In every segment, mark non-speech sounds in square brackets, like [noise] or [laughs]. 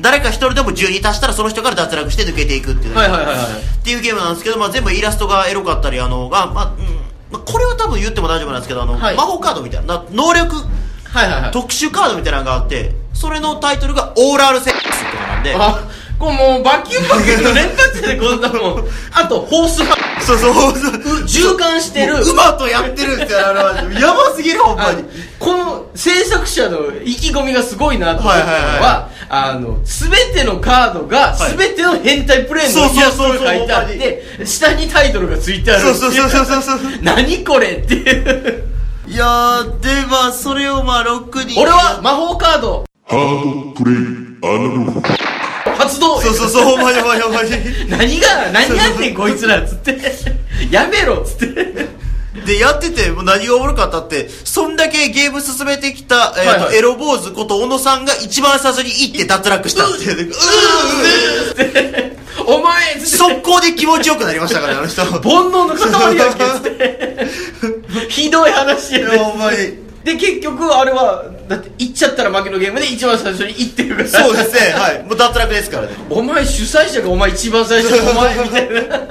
誰か一人でも12足したらその人から脱落して抜けていくっていう、はいはいはいはいっていうゲームなんですけど、まあ、全部イラストがエロかったりあのが、まあうんまあ、これは多分言っても大丈夫なんですけどあの、はい魔法カードみたいなな能力はいはいはい特殊カードみたいなのがあってそれのタイトルが「オーラルセックス」とかなんであこれもうバキュンバキュンの連発でこんなもんあとホースハそうそうそう循環してるもう馬とやってるんですよあれはやばすぎるほんまあにこの制作者の意気込みがすごいなと思ったのは,、はいあの全てのカードがはい全ての変態プレイのイラストが書いてあそっうそうそうて下にタイトルがついてあるそうそうそうそうそうそう何これっていういやーでまあそれをまあ6人俺は魔法カードハードプレイアナログ。発動そうそうそうほんまにほんまにほんまに何が何やってんこいつらっつってやめろっつってでやっててもう何がおもろかったってそんだけゲーム進めてきた、えーとはいはいエロ坊主こと小野さんが一番最初に行って脱落したっていううーお前っつって速攻で気持ちよくなりましたからねあの人 [laughs] 煩悩の塊やんけっつってひどい話やいやねほんまにで結局あれはだって行っちゃったら負けのゲームで一番最初に行ってるからそうですねはいもう脱落ですからねお前主催者がお前一番最初にお前みた [laughs] いな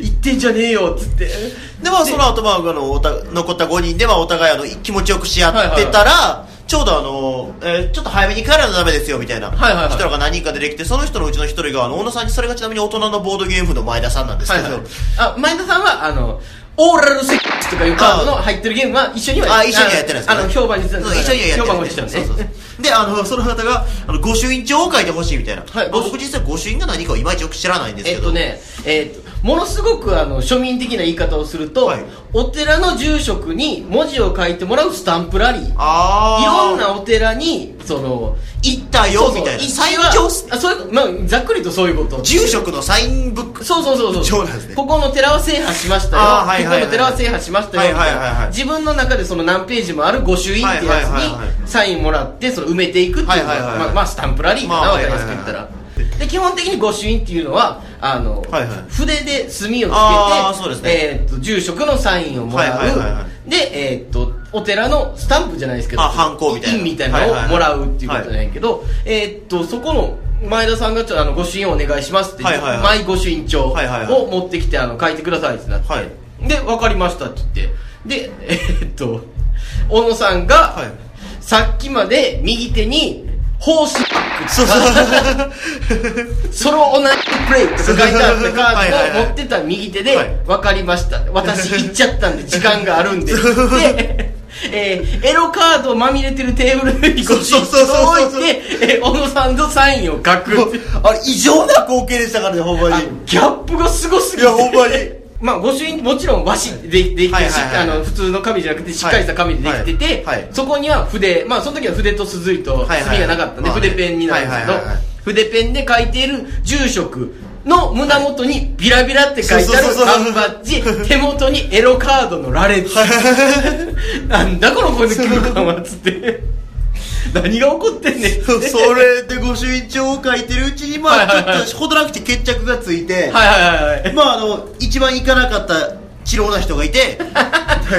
言ってんじゃねえよっつってでまあその後まああのおた残った5人でまあお互いあの気持ちよくし合ってたら、ちょうどあの、えーちょっと早めに帰らないとダメですよみたいな、はいはいはい人らが何人か出てきてその人のうちの一人があの小野さんにそれがちなみに大人のボードゲームの前田さんなんですはけいど、はいあ前田さんはあのオーラルセックスとかいうカードのあ入ってるゲームは一緒にはあ一緒にはやってないですあの評判にそうはい一緒にはや評判をっしててなるいねそうそうそうであのその方があの御朱印帳を書いてほしいみたいな、はいまあ僕実際御朱印が何かをいまいちよく知らないんですけえっど、とね、えっとものすごくあの庶民的な言い方をすると、はいお寺の住職に文字を書いてもらうスタンプラリーいああろんなお寺にその行ったよみたいな最最強強あそういう、まあ、ざっくりとそういうこと住職のサインブックそうそうそうそうそうなんですねここの寺は制覇しましたよ、あーはいはいはいここの寺は制覇しましたよ、はいはいはいはい自分の中でその何ページもある御朱印ってやつはいはいはいはにサインもらってその埋めていくっていうのが、はいはいはいはいまあ、まあスタンプラリーかな、まあわかりやすく言ったら、で基本的に御朱印っていうのはあの、はいはい筆で墨をあーそうでつけすて、ねえー、と住職のサインをもらう、はいはいはいはで、えー、とお寺のスタンプじゃないですけどあハンコみたいな印みたいなはいのはいをはいもらうっていうことじゃないけど、えー、とそこの前田さんがちょっとあの御朱印をお願いしますって、はいはいはい毎御朱印帳はいはいはいを持ってきてあの書いてくださいってなって、はいで分かりましたって言ってでえーっと小野さんが、はいさっきまで右手にホースそうそうソロオナニープレイって書いてあったカはいはいードはをい持ってた右手で、はい分かりました私行っちゃったんで時間があるんでで、えーエロカードまみれてるテーブルにご主そうそうそうそう置いて、えー小野さんのサインを書くっていう [laughs] あれ異常な光景でしたからねほんまにギャップがすごすぎいてやほんま [laughs] にまあ、御朱印もちろん和紙でできてるし、はいはいはいあの普通の紙じゃなくてしっかりした紙でできてて、はいはいそこには筆、まあ、その時は筆と硯とはいはい墨がなかったんで、まあね筆ペンになるんですけど、はいはいはいはい筆ペンで書いている住職の胸元にビラビラって書いてそあうるそう缶そうバッジ手元にエロカードの羅列 [laughs] なんだこのこの空間はっつって [laughs] 何が起こってんねんってそれで御朱印帳を書いてるうちにまはいはいはいあちょっとほどなくて決着がついてはいはいはいはいまああの一番行かなかった治療な人がい [laughs] て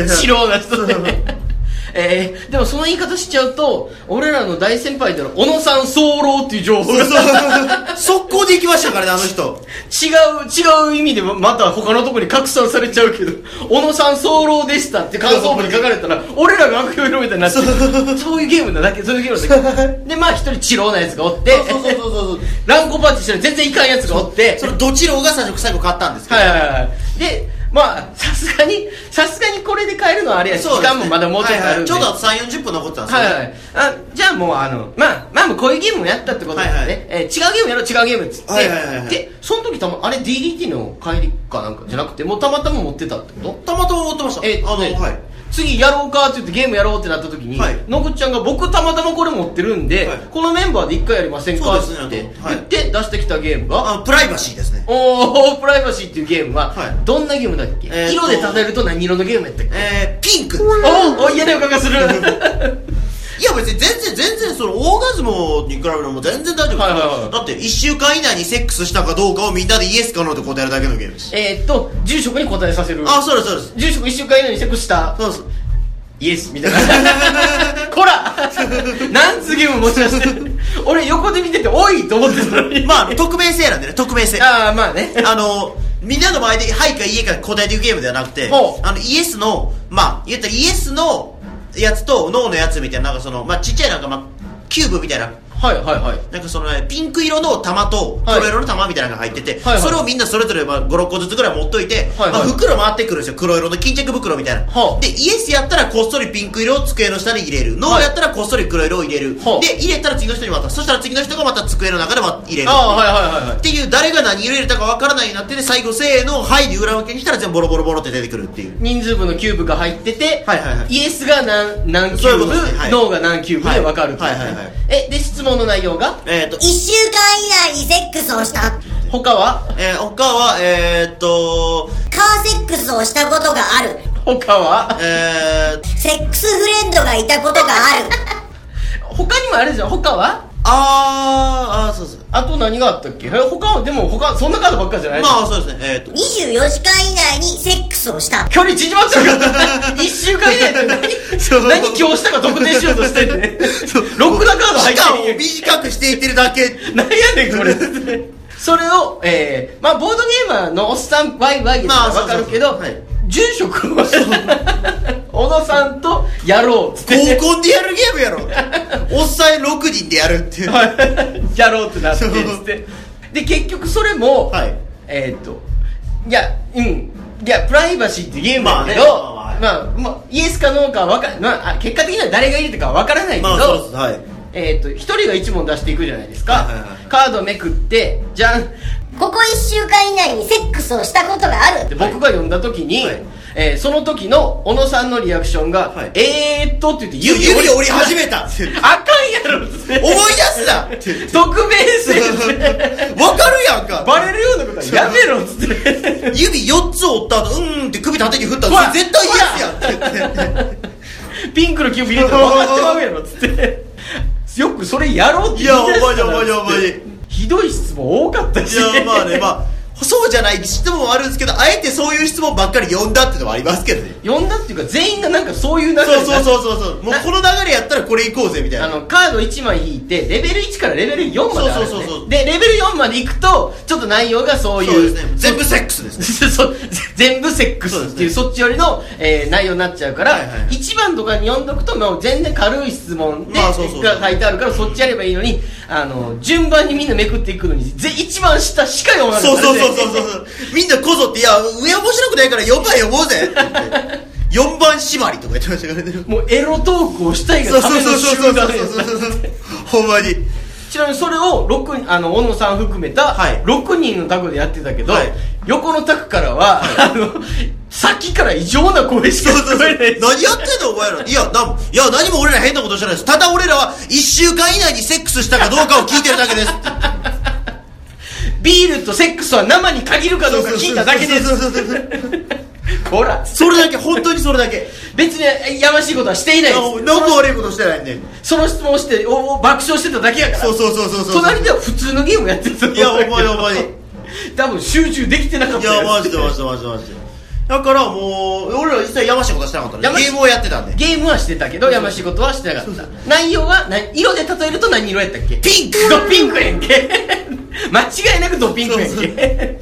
素人な人でそうそう [laughs] えー、でもその言い方しちゃうと俺らの大先輩である小野さん早漏っていう情報が違速攻で行きましたからねあの人う違う意味でまた他のとこに拡散されちゃうけど小野さん早漏でしたって感想文に書かれたら俺らが悪評広めたいになっちゃうそういうゲームなだけそういうゲームな [laughs] だけでまあ一人チローなやつがおってそうそうそうそうそうランコパッチしたら全然いかんやつがおってそのどちらが最初最後買ったんですけどはいはいはいでまあさすがにさすがにこれで買えるのはあれやし、そう時です間ねもまだもうちょっとあるんで、はいはいちょうどあと3 4 0分残ってたんですはよいねはい、あじゃあもうあのまあまあもうこういうゲームもやったってことなんでね、はいはいえー違うゲームやろう違うゲームっつって、はいはいはいはいでその時たまあれ DDT の帰りかなんかじゃなくてもうたまたま持ってたってことたまたま持ってましたえーあのねはい次やろうかって言ってゲームやろうってなった時に、はいのぐっちゃんが僕たまたまこれ持ってるんで、はいこのメンバーで一回やりませんかっそてうです言っねて、はい言って出してきたゲームがあプライバシーですねおープライバシーっていうゲームは、はいどんなゲームだっけ、えーと色で例えると何色のゲームやったっけえー、ピンクおーお嫌な予感がする [laughs] いや別に全然全然そのオーガズモに比べるのも全然大丈夫です、はいはいはいだって1週間以内にセックスしたかどうかをみんなでイエスかノーで答えるだけのゲームですえーっと住職に答えさせるあそうですそうです住職1週間以内にセックスしたそうですイエスみたいな [laughs] こら何つゲーム持ち出してる俺横で見てておいと思ってたのにまあ匿名性なんでね匿名性ああまあねあの、みんなの前で、はいかいいえか答えていくゲームではなくて、ほうあの、イエスの、まあ、言ったらイエスのやつとノーのやつみたいな、なんかその、まあ、ちっちゃいなんか、まあ、キューブみたいな、はいはいはいなんかその、ね、ピンク色の玉とはい黒色の玉みたいなのが入ってて、はいはいそれをみんなそれぞれ、まあ、5、6個ずつぐらい持っといて、はいはまいあ、袋回ってくるんですよ。黒色の巾着袋みたいな。はあで、イエスやったらこっそりピンク色を机の下に入れる。ノはーいやったらこっそり黒色を入れる。はあで、入れたら次の人に渡す。そしたら次の人がまた机の中でま入れる。ああはいはいはいはいっていう誰が何入れたかわからないようになってて最後せーのはいで裏分けにしたら全部ボロボロボロって出てくるっていう人数分のキューブが入ってて、はいはいはいイエスが何何キそういューうブことですねはいノーが何キューブで分かるってうねはいはいはいはいえで質問の内容がえっ、ー、と1週間以内にセックスをした他はえー、他はえー、っとカーセックスをしたことがある他はえー、セックスフレンドがいたことがある他にもあるじゃん他はあーあーそうですあと何があったっけえ他はでも他そんなカードばっかじゃないまあそうですねえー、っと24時間以内にセックスをした距離縮まっちゃうから [laughs] 一週間以内ってそう何何今日したか特定しようとしてんねんロックなカード入期間ってをる短くしていってるだけ何やねん [laughs] これそれをえー、まあボードゲーマーのおっさんワイワイやまあったら分かるけど、そうそうそうはい住職を [laughs] 小野さんとやろうっつって合コンでやるゲームやろおっさん6人でやるっていうはい [laughs] やろうってなってそうつってで結局それも、はいえーっといやうんいやプライバシーってゲームだけど、まあねままあまあイエスかノーかはわか、まあ、あ結果的には誰がいるとかは分からないけど、まあそうですはいえーっと一人が一問出していくじゃないですか、はいはいはいカードめくってじゃんっここ1週間以内にセックスをしたことがあてる僕が読んだ時に、はいえーその時の小野さんのリアクションが「はいえーっと」って言って指折り折り始めたあかんやろっつって思い出す [laughs] なって匿名性 [laughs] でわかるやんかバレるようなことはやめろっつって指4つ折った後、うーんって首縦に振ったほらら、絶対イエスやんって言って。ピンクのキューブ入れたら分かってまうやろっつってよくそれやろうって言い出したなっつっていやお前お前お前ひどい質問多かったしいや、まあね、まあ、そうじゃない質問はあるんですけど、あえてそういう質問ばっかり呼んだってのはありますけどね。呼んだっていうか全員がなんかそういう流れそうにそなうってそうそうそう。もうこの流れやったらこれいこうぜ、みたいあな。のカード1枚引いてレベル1からレベル4まであるんですそねうそうそうそうでレベル4までいくとちょっと内容がそうそういでうすね。全部セックスですね。 [laughs] そ全部セックスっていうそっち寄りの、えー内容になっちゃうから、はいはい一番とかに読んどくともう全然軽い質問で、まあそうそうが書いてあるからそっちやればいいのにあの順番にみんなめくっていくのにぜ一番下しか読まないそうそうそうそうそう。みんなこぞって、いや、上面白くないから4番呼ぼうぜって言って。4番縛りとか言ってましたからね。もうエロトークをしたいそがうたそうめのそうそ集う団そうそうそう。ほんまに。ちなみにそれを六人あの小野さん含めたはい6人のタグでやってたけど、はい横のタグからは、 [laughs] あのさっきから異常な声しそかうそう聞こそうえない何やってんのお前らいやなんいや何も俺ら変なことしてないですただ俺らは1週間以内にセックスしたかどうかを聞いてるだけですってビールとセックスは生に限るかどうか聞いただけですそうそうそうそうほらそれだけ本当にそれだけ別にやましいことはしていない何ですも悪いことしてないんでその質問をしておお爆笑してただけやからそうそうそうそうそう隣では普通のゲームやってたいやお前お前多分集中できてなかっいたやマジでマジでマジでマジでだからもう俺ら一切やましいことはしてなかったやねましいゲームをやってたんでゲームはしてたけどやましいことはしてなかった内容は何色で例えると何色やったっけピンクドピンクやん [laughs] け間違いなくドピンクやんけ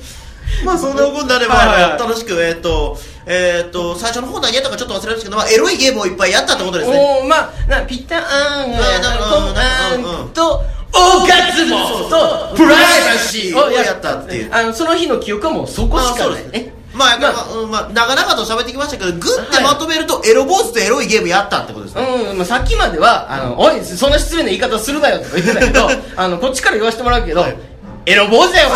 まあそんなことになれば、はいはいはい楽しくえっ、とえっ、と最初の方何やったかちょっと忘れましたけど、まあ、エロいゲームをいっぱいやったってことですねおおまあなピターンやうんコうんうんンアンとオーガズムとプライバシーをやったっていうあのその日の記憶はもうそこしかないねまあ、まあまうんまあ、長々と喋ってきましたけど、グってまとめると、エロ坊主とエロいゲームやったってことですね。うん、まあ、さっきまでは「あのおいそんな失礼な言い方するなよ」とか言ってたけ [laughs] どあのこっちから言わせてもらうけど、はいエロ坊 [laughs] 主だよ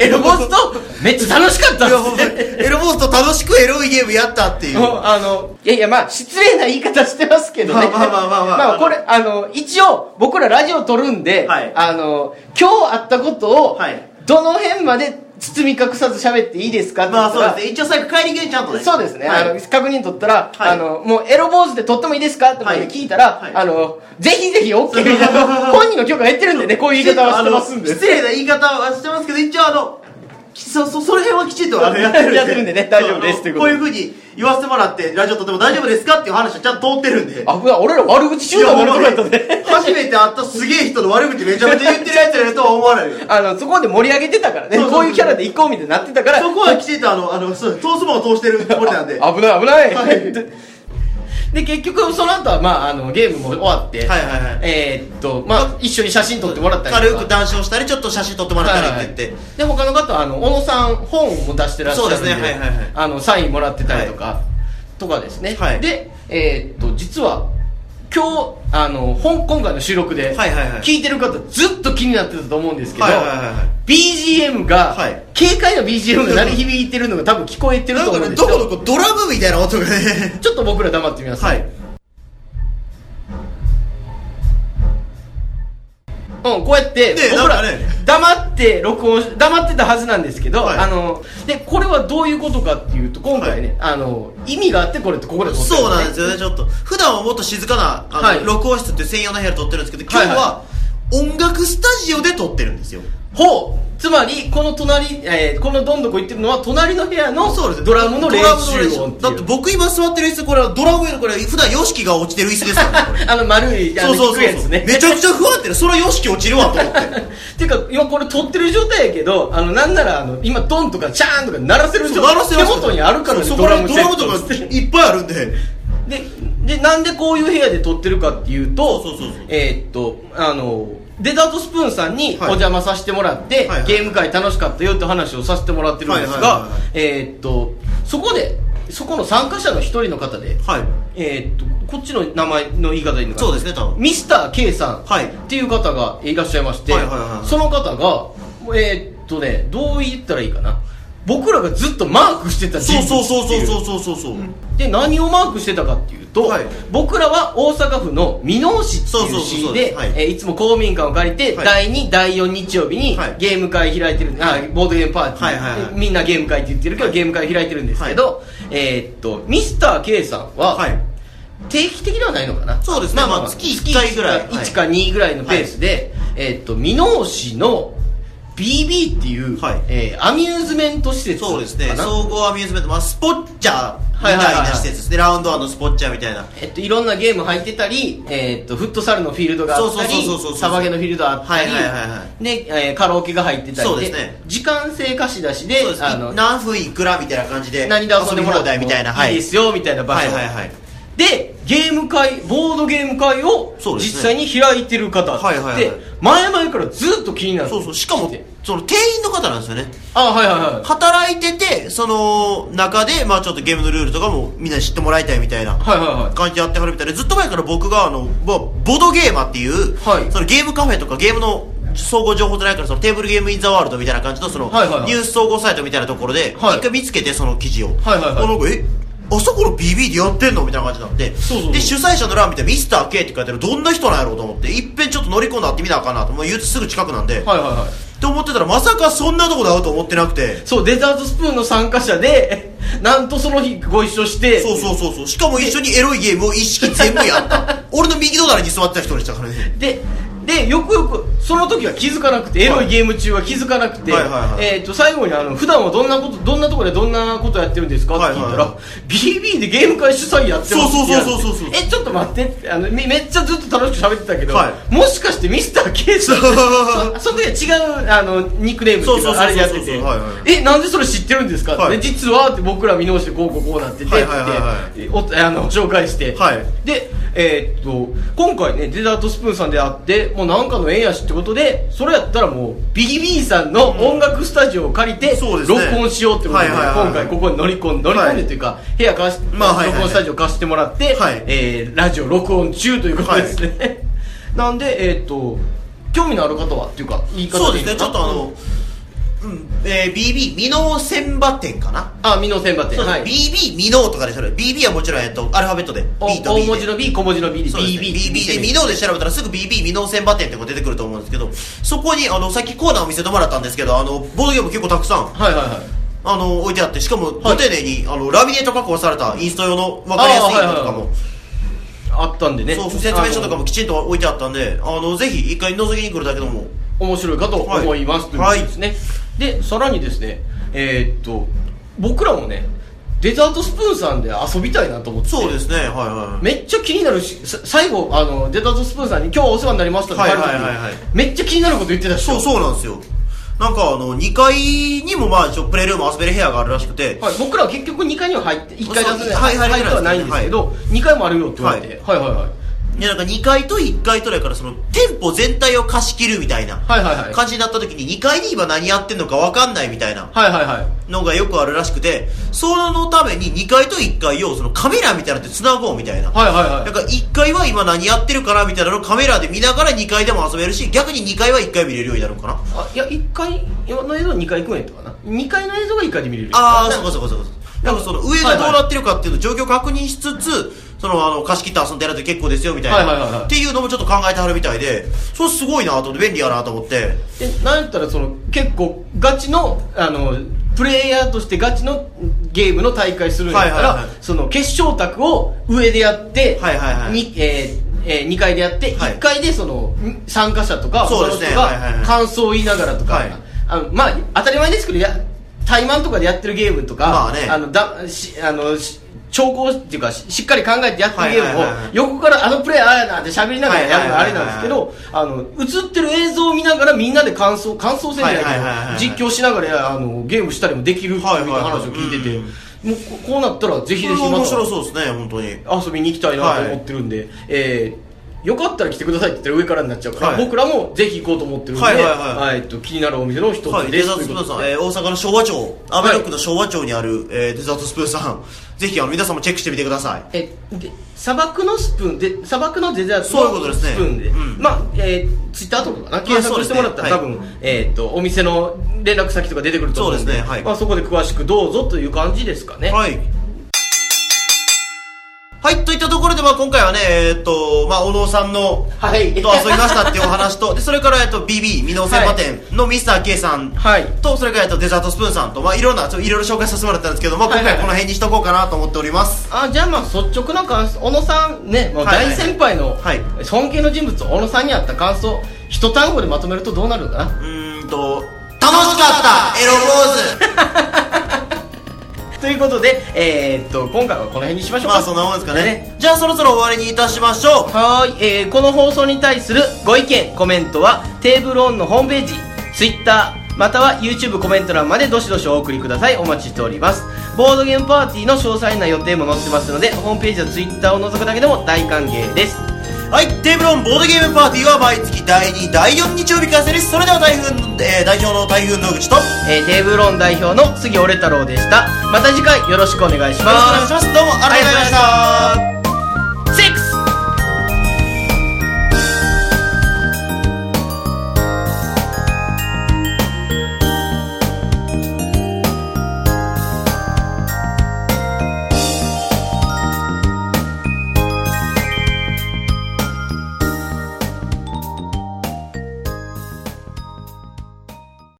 エロ坊主とめっちゃ楽しかったっいやほんまにてエロ坊主と楽しくエロいゲームやったっていう。もうあのいやいやまあ失礼な言い方してますけどね [laughs] まあまあまあまあまあこれあの一応僕らラジオ撮るんで、はいあの今日あったことを、はいどの辺まで包み隠さず喋っていいですかって言まっあたらそうですね。一応最後帰り際にちゃんとね。そうですね、はいあの確認取ったら、はいあのもうエロ坊主で取ってもいいですかってはい聞いたら、はいあのぜひぜひ OK みたい [laughs] な本人の許可が減ってるんでねこういう言い方はしてますんで失礼な言い方はしてますけど、一応あの、きそそそれはきちんとあのやってるんでやってるんでね大丈夫ですそうというこことうでいうふうに言わせてもらってラジオとても大丈夫ですかっていう話はちゃんと通ってるんであ、普段俺ら悪口中だもんね。この人ね初めて会ったすげえ人の悪口めちゃめちゃ言ってるやつやるとは思わないよ [laughs] あの、そこで盛り上げてたからね。そうそうこういうキャラで行こうみたいになってたから。そこはきちんとあのあのそう通すもんを通してるつもりなんで危ない危ない、はい [laughs] で結局その後はまああのゲームも終わって、はいはいはいえーっとまあ一緒に写真撮ってもらったり軽とくか談笑したりちょっと写真撮ってもらったりって言って、はいはいで他の方はあの小野さん本も出してらっしゃるんでそうですねはいはいはいあのサインもらってたりとか、とかですね、はいでえーっと実は今日あの本今回の収録ではいはいはい聞いてる方ずっと気になってたと思うんですけど、はいはいはいはい BGM が、はい軽快な BGM が鳴り響いてるのが多分聞こえてるなとん思かうねんですどよこどこドラムみたいな音がねちょっと僕ら黙ってみます、はいうん、こうやって、ねえ僕なんらかね黙って録音し黙ってたはずなんですけど、はいあのでこれはどういうことかっていうと今回ね、あの意味があってこれってここで撮ってるそうなんですよよねちょっと普段はもっと静かなあの、はい録音室っていう専用の部屋で撮ってるんですけど今日は、は音楽スタジオで撮ってるんですよほうつまりこの隣、えーこのどんどこ行ってるのは隣の部屋のそうですドラムの練ドラムの練習習音ってだっいてう僕今座ってる椅子これはドラムよりこれ普段 YOSHIKI が落ちてる椅子ですからねこれあの丸 [laughs] いあそのうそう低いそうやそつう、ねめちゃくちゃ不安定でそれは YOSHIKI 落ちるわと思ってていうか今これ撮ってる状態やけどあのなんならあの今ドンとかチャーンとか鳴らせるそ状う鳴らせ手元にあるからねそうそこら辺セドラムットとかいっぱいあるんでででなんでこういう部屋で撮ってるかっていうとそうそうそうそうえーっとあのデザートスプーンさんにおはい邪魔させてもらって、はいはいゲーム会楽しかったよって話をさせてもらってるんですが、はいはいはいはいえーっとそこでそこの参加者の一人の方で、はいえーっとこっちの名前の言い方でいいのかなそうですね多分ミスター K さんはいっていう方がいらっしゃいまして、はいはいはいはいその方がえーっとねどう言ったらいいかな僕らがずっとマークしてた人そ物うっていそうそうそうそうそうそう、で何をマークしてたかっていうと、はい僕らは大阪府の箕面市ってそうそういうそう市そうでですはいえーいつも公民館を借りて、はい第2第4日曜日にはいゲーム会開いてる、あボードゲームパーティー、はいはいはいみんなゲーム会って言ってるけど、ゲーム会開いてるんですけど、えーっとミスター k さんは、はい定期的ではないのかなそうですねまあ月一回ぐらい月1か2ぐらいのペースで、えーっと箕面市の BB っていう、はいえーアミューズメント施設かなそうですね総合アミューズメント、まあ、スポッチャーみたいはいはいなはい施設ですね、ラウンドワンのスポッチャーみたいなえっと、いろんなゲーム入ってたり、えっと、フットサルのフィールドがあったりそうそうそうそうそうそうサバゲのフィールドがあったり、はいはいはいはで、えーカラオケが入ってたりそうですね時間制貸し出しでそうですあの何分いくらみたいな感じで何で遊んでも遊びら放題みたいなはいいですよみたいな場はい所、はいはいでゲーム会ボードゲーム会をそう実ですね際に開いてる方はいはいはいで前々からずっと気になるそうそうしかもてその店員の方なんですよねあはいはいはい働いててその中でまあちょっとゲームのルールとかもみんなに知ってもらいたいみたいなはいはいはい感じでやってはるみたいでずっと前から僕があの、まあ、ボドゲーマーっていう、はいそのゲームカフェとかゲームの総合情報じゃないからそのテーブルゲームインザワールドみたいな感じのその、はいはいはいニュース総合サイトみたいなところで、はい一回見つけてその記事を、はいはいはいあなんかえあそこの BB でやってんのみたいな感じになってそうそうそうで主催者の欄見て「ミスター k って書いてあるどんな人なんやろうと思っていっぺんちょっと乗り込んで会ってみなあかんなともう言うてすぐ近くなんで、はいはいはいって思ってたらまさかそんなとこで会うと思ってなくてそうデザートスプーンの参加者で [laughs] なんとその日ご一緒してそうそうそうそうしかも一緒にエロいゲームを一式全部やった [laughs] 俺の右隣に座ってた人でしたからねででよくよくその時は気づかなくてエロいゲーム中は気づかなくて、はいはいはいえー、と最後にあの普段はどんなことどんなところでどんなことやってるんですかって聞いたら、はいはいは BB でゲーム会主催やってますそうそうそうって言われてそうそうそうえちょっと待ってってあのめめっちゃずっと楽しく喋ってたけど、はもしかしてミスター k [laughs] さんそその時は違うあのニックネームっていうそうそうそうそうかあれでやっててはいはえなんでそれ知ってるんですかって、はいで実はって僕ら見直してこうこうこうなっててってはい言っはいはいはいておあの紹介して、はいで、えーっと今回ねデザートスプーンさんであってもうなんかの縁やしってことでそれやったらもう BB さんの音楽スタジオを借りて、そうです録ね音しようってことで、はいはいはいはい今回ここに乗り込んで乗り込んでというか、部屋貸し、まあはいはいはい録音スタジオ貸してもらって、はいえーラジオ録音中ということですね、なんでえーっと興味のある方はっていうか言い方そうででいすね、いのかちなょっとあの、うん、えー、BB、美濃千葉店かな。あ美濃千葉店そうですはねい BB、美濃とかでしょ BB はもちろん、えっと、アルファベットで。お B と B 大で。文字の B 小文字の B でそうですね BB って見 BB てでみ美濃で調べたらすぐ BB 美濃千葉店ってこう出てくると思うんですけど、そこに、あの、さっきコーナーを見せてもらったんですけど、あの、ボードゲーム結構たくさん、はいはいはいあの、置いてあって、しかも、ご丁寧に、あの、ラミネート加工されたインスト用の分かりやすいのとかあーはいはいもは、あったんでねそう、説明書とかもきちんと置いてあったんで、あの、ぜひ一回覗きに来るだけでも、面白いかと思います、はいということですねでさらにですねえーっと僕らもねデザートスプーンさんで遊びたいなと思ってそうですねはいはいめっちゃ気になるしさ最後あのデザートスプーンさんに今日はお世話になりましたって帰る時にはいはいはいはいめっちゃ気になること言ってたしそうそうなんですよなんかあの2階にもまあ一応プレールーム遊べる部屋があるらしくて、はい、僕らは結局2階には入って1階出そせうないはい入れてないてはないんですけど、2階もあるよって言われて、はい、はいはいでなんか2階と1階とだからその店舗全体を貸し切るみたいなはいはいはい感じになった時に2階に今何やってんのか分かんないみたいなはいはいはいのがよくあるらしくてそのために2階と1階をそのカメラみたいなのって繋ごうみたいな、はいはいなはんいか1階は今何やってるかなみたいなのをカメラで見ながら2階でも遊べるし逆に2階は1回見れるようになるのかなあいや1階の映像は2階行くんやったかな2階の映像が1階で見れるああなそうかそうかそうかなんかその上がどうなってるかっていうの状況を確認しつつ、そのあの貸し切って遊んでやると結構ですよみたいな、はいはいはいはいっていうのもちょっと考えてはるみたいでそれすごいなと思って便利やなと思ってでなんやったらその結構ガチのあのプレイヤーとしてガチのゲームの大会するんやったら、はいはいはいその決勝卓を上でやって、はいはいはいにえーえ2階でやって、はい1階でそのん参加者とかそうですね他のはいはいは人いが感想を言いながらとか、はいあのまあ当たり前ですけどや対マンとかでやってるゲームとか、まあねのだしあのし調校っていうかししっかり考えてやってるゲームを、はいはいはいはい横からあのプレイヤーああやなって喋りながらやるのがあれなんですけはど、いはいはいはいあの映ってる映像を見ながらみんなで感想感想戦じゃないけど、はいはいはいはい実況しながらあのゲームしたりもできるっていうはいはいはい話を聞いてて、うんもうここうなったらぜひぜひこれは面白まそうですね本当にた遊びに行きたいなと思ってるんで、えーよかったら来てくださいって言ったら上からになっちゃうから、はい僕らもぜひ行こうと思ってるんで、はいはいはいえーっと気になるお店の一つです、はい、デザートスプーンさん、えー大阪の昭和町、アメロックの昭和町にある、えーデザートスプーンさん、 [laughs] ぜひあの皆さんもチェックしてみてください。えで砂漠のスプーンで砂漠のデザーそういうトことのですねスプーンでうんまあえー、ツイッターとかかな検そう索でしすてねもらったはら、い多分、えー、とお店の連絡先とか出てくると思うんそでうですねはいまあ、そこで詳しくどうぞという感じですかねはい。はい、といったところで、まあ今回はね、えーっと、まあ小野さんの、はいと遊びましたっていうお話と、で、それから、えっと、BB、美濃千葉店のミスター k さん [laughs] はいと、それから、えっと、デザートスプーンさんと、まあいろんな、ちょいろいろ紹介させてもらったんですけど、まあ今はい回はいこの辺にしとこうかなと思っております。あじゃあまあ率直な感想小野さんねもうはいはい大先輩のはい尊敬の人物小野さんにあった感想一単語でまとめるとどうなるのかなうーんと、楽しかったエロポー [laughs] ズということで、えー、っと今回はこの辺にしましょうかまあそんなもんですかね。じゃあそろそろ終わりにいたしましょう。はーい、えーこの放送に対するご意見コメントはテーブルオンのホームページ Twitter または YouTube コメント欄までどしどしお送りくださいお待ちしておりますボードゲームパーティーの詳細な予定も載ってますのでホームページや Twitter を覗くだけでも大歓迎ですはい、テーブロンボードゲームパーティーは毎月第2、第4日曜日開催です。それでは台風、えー代表の台風野口と、よろしくえーテーブルオン代表の杉折太郎でしたまた次回よろしくお願いしお願まいしすます。どうもありがとうございました。